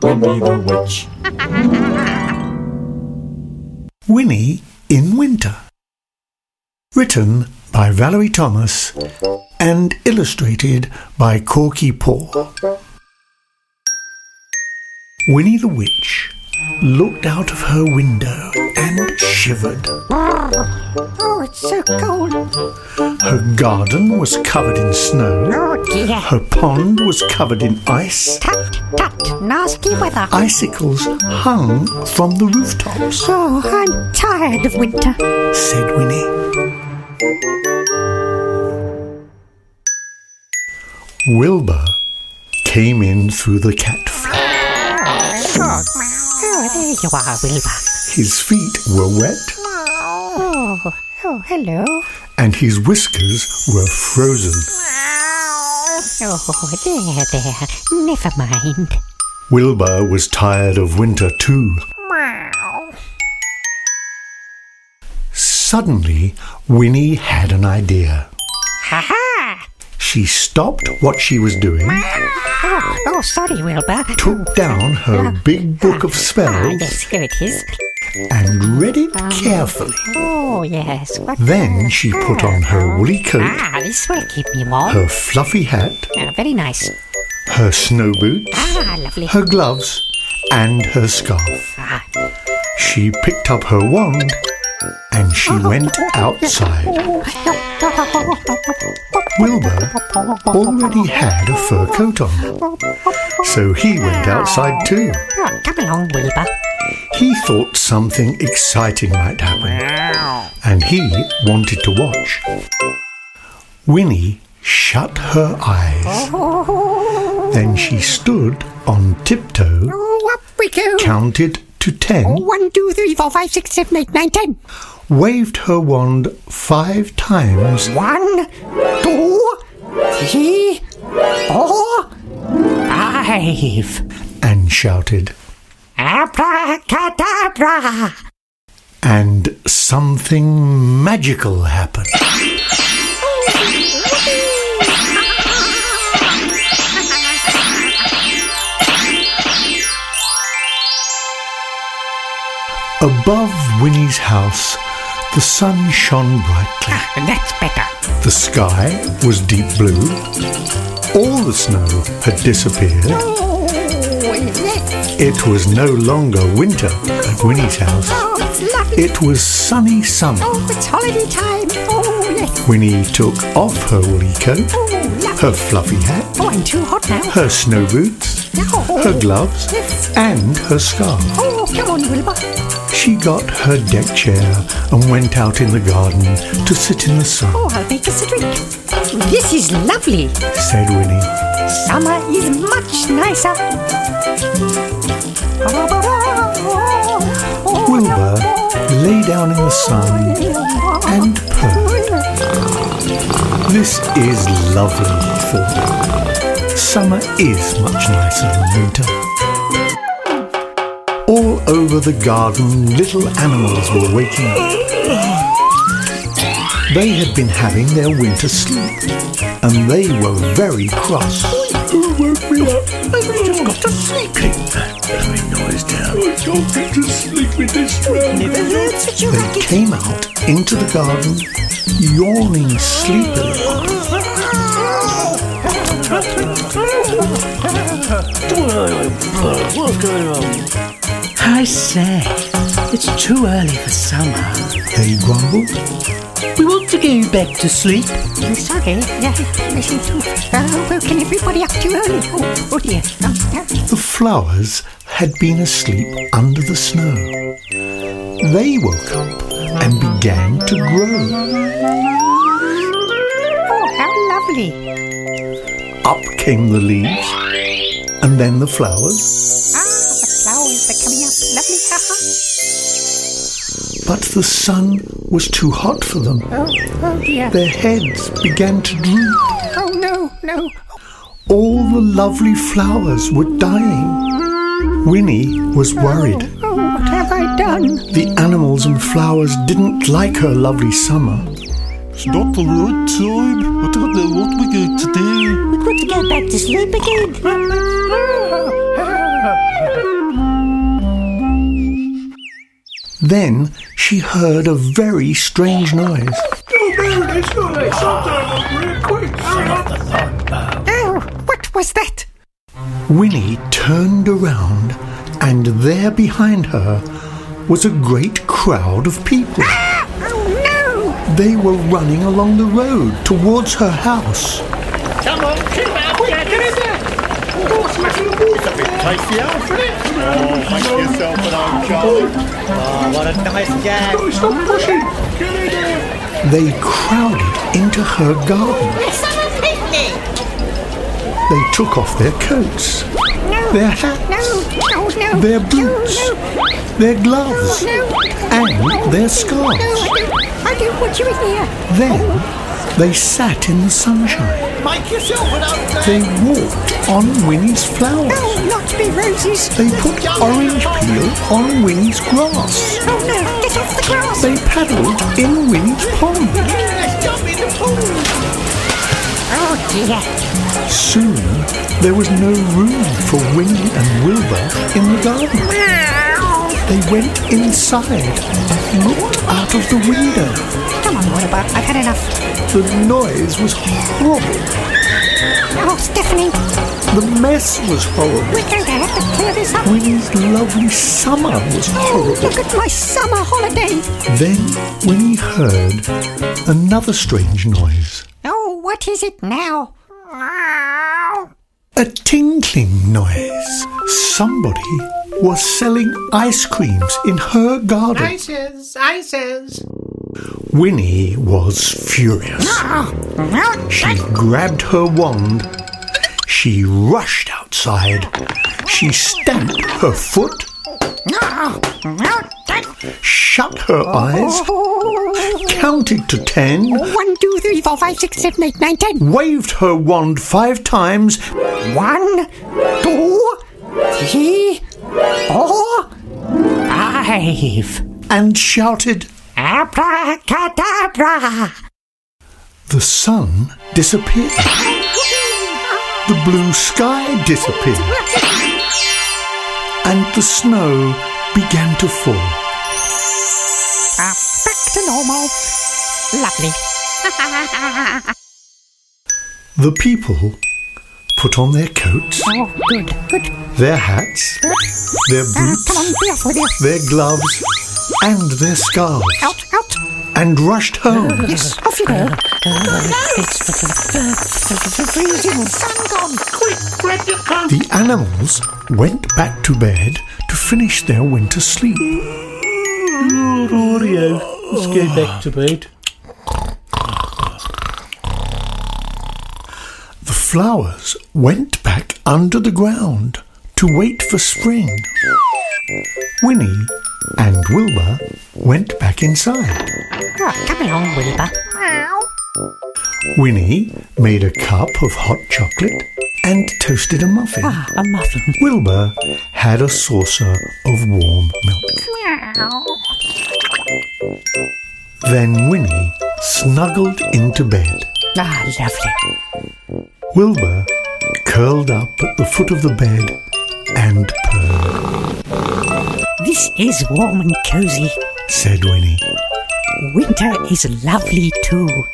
Winnie, Winnie the Witch. Winnie in Winter. Written by Valerie Thomas and illustrated by Corky Paw. Winnie the Witch looked out of her window and shivered. Oh, it's so cold. Her garden was covered in snow. Oh dear. Her pond was covered in ice. Tut, tut, nasty weather. Icicles hung from the rooftops, Oh, I'm tired of winter. said Winnie. Wilbur came in through the cat flap. Oh, there you are, Wilbur. His feet were wet Oh, oh, hello. and his whiskers were frozen. Oh, there, there. Never mind. Wilbur was tired of winter too. Suddenly, Winnie had an idea. Ha ha! She stopped what she was doing, Oh, oh, sorry, Wilbur. Uh, took down her big book of Ah, spells, yes, here it is. and read it carefully. Oh, yes. What? Then she put on her woolly coat, Ah, this will keep me warm. her fluffy hat, Ah, very nice. her snow boots, Ah, lovely. her gloves, and her scarf. Ah, She picked up her wand and she Oh. went outside. Wilbur already had a fur coat on, so he went outside too. oh, come along, Wilbur. He thought something exciting might happen, and he wanted to watch. Winnie shut her eyes. Oh. Then she stood on tiptoe, Oh, up we go. counted to ten, One, two, three, four, five, six, seven, eight, nine, ten. waved her wand five times, One, two, three, four, five. and shouted. Abracadabra. And something magical happened. Above Winnie's house, the sun shone brightly. Ah, That's better. The sky was deep blue. All the snow had disappeared. Oh, yes. It was no longer winter at Winnie's house. Oh, it's lovely. It was sunny summer. Oh, it's holiday time. Oh, yes. Winnie took off her woolly coat, Oh, lovely. her fluffy hat, Oh, I'm too hot now. her snow boots, her gloves, and her scarf. Oh, come on, Wilbur. She got her deck chair and went out in the garden to sit in the sun, Oh, I'll make us a drink. This is lovely. said Winnie. Summer is much nicer. Oh, Wilbur lay down in the sun and purred. This is lovely, thought. Summer is much nicer than winter. All over the garden, little animals were waking up. They had been having their winter sleep, and they were very cross. Who woke me up? I've just got to sleep. Keep that blowing noise down. I can't get to sleep with this round. That's what you They came out into the garden, yawning sleepily. I say, it's too early for summer. They grumbled. We want to go back to sleep. I'm sorry. Yeah, I seem to have woken everybody up too early. Oh, oh dear. Um, uh, The flowers had been asleep under the snow. They woke up and began to grow. Oh, how lovely. Up came the leaves, and then the flowers. Ah, the flowers are coming up. Lovely. Ha ha. But the sun was too hot for them. Oh, oh dear. Their heads began to droop. Oh, no, no. All the lovely flowers were dying. Winnie was worried. Oh, what have I done? The animals and flowers didn't like her lovely summer. It's not the right time. I don't know what we're going to do. We've got to go back to sleep again. Then she heard a very strange noise. Oh, what was that? Winnie turned around, and there behind her was a great crowd of people. Oh no! They were running along the road towards her house. They crowded into her garden. They took off their coats, No! their No! hats, Oh no! their boots, No! no. their gloves, No! and their No, scarves. I don't, I don't want you in here. Then they sat in the sunshine. Make yourself an old They walked on Winnie's flowers. No, not be roses. They put orange peel on Winnie's grass. Oh no, get off the grass. They paddled in Winnie's pond. Let's jump in the pool. Oh dear. Soon there was no room for Winnie and Wilbur in the garden. They went inside, looked out of the window. Come on, Wilbur, I've had enough. The noise was horrible. Oh, Stephanie, The mess was horrible. we're going to have to clear this up. Winnie's lovely summer was Oh, horrible. look at my summer holiday. Then Winnie heard another strange noise. Oh, what is it now? A tinkling noise. Somebody was selling ice creams in her garden. Ices, ices. Winnie was furious. She grabbed her wand. She rushed outside. She stamped her foot, shut her eyes, counted to ten, Oh, One, two, three, four, five, six, seven, eight, nine, ten. waved her wand five times, One, two, three, four, five. and shouted, Abracadabra. The sun disappeared. The blue sky disappeared. And the snow began to fall. Ah, back to normal. Lovely. The people put on their coats, Oh, good, good. their hats, their Ah, boots, come on, be off with you. their gloves, and their scarves, Out, out. and rushed home. Oh. Yes, off you go. Freezing sun gone. The animals went back to bed to finish their winter sleep. Let's go back to bed. The flowers went back under the ground to wait for spring. Winnie and Wilbur went back inside. Oh, come along, Wilbur. Winnie made a cup of hot chocolate and toasted a muffin. Ah, a muffin. Wilbur had a saucer of warm milk. Then Winnie snuggled into bed. Ah, lovely. Wilbur curled up at the foot of the bed and purred, This is warm and cozy. said Winnie. Winter is lovely too.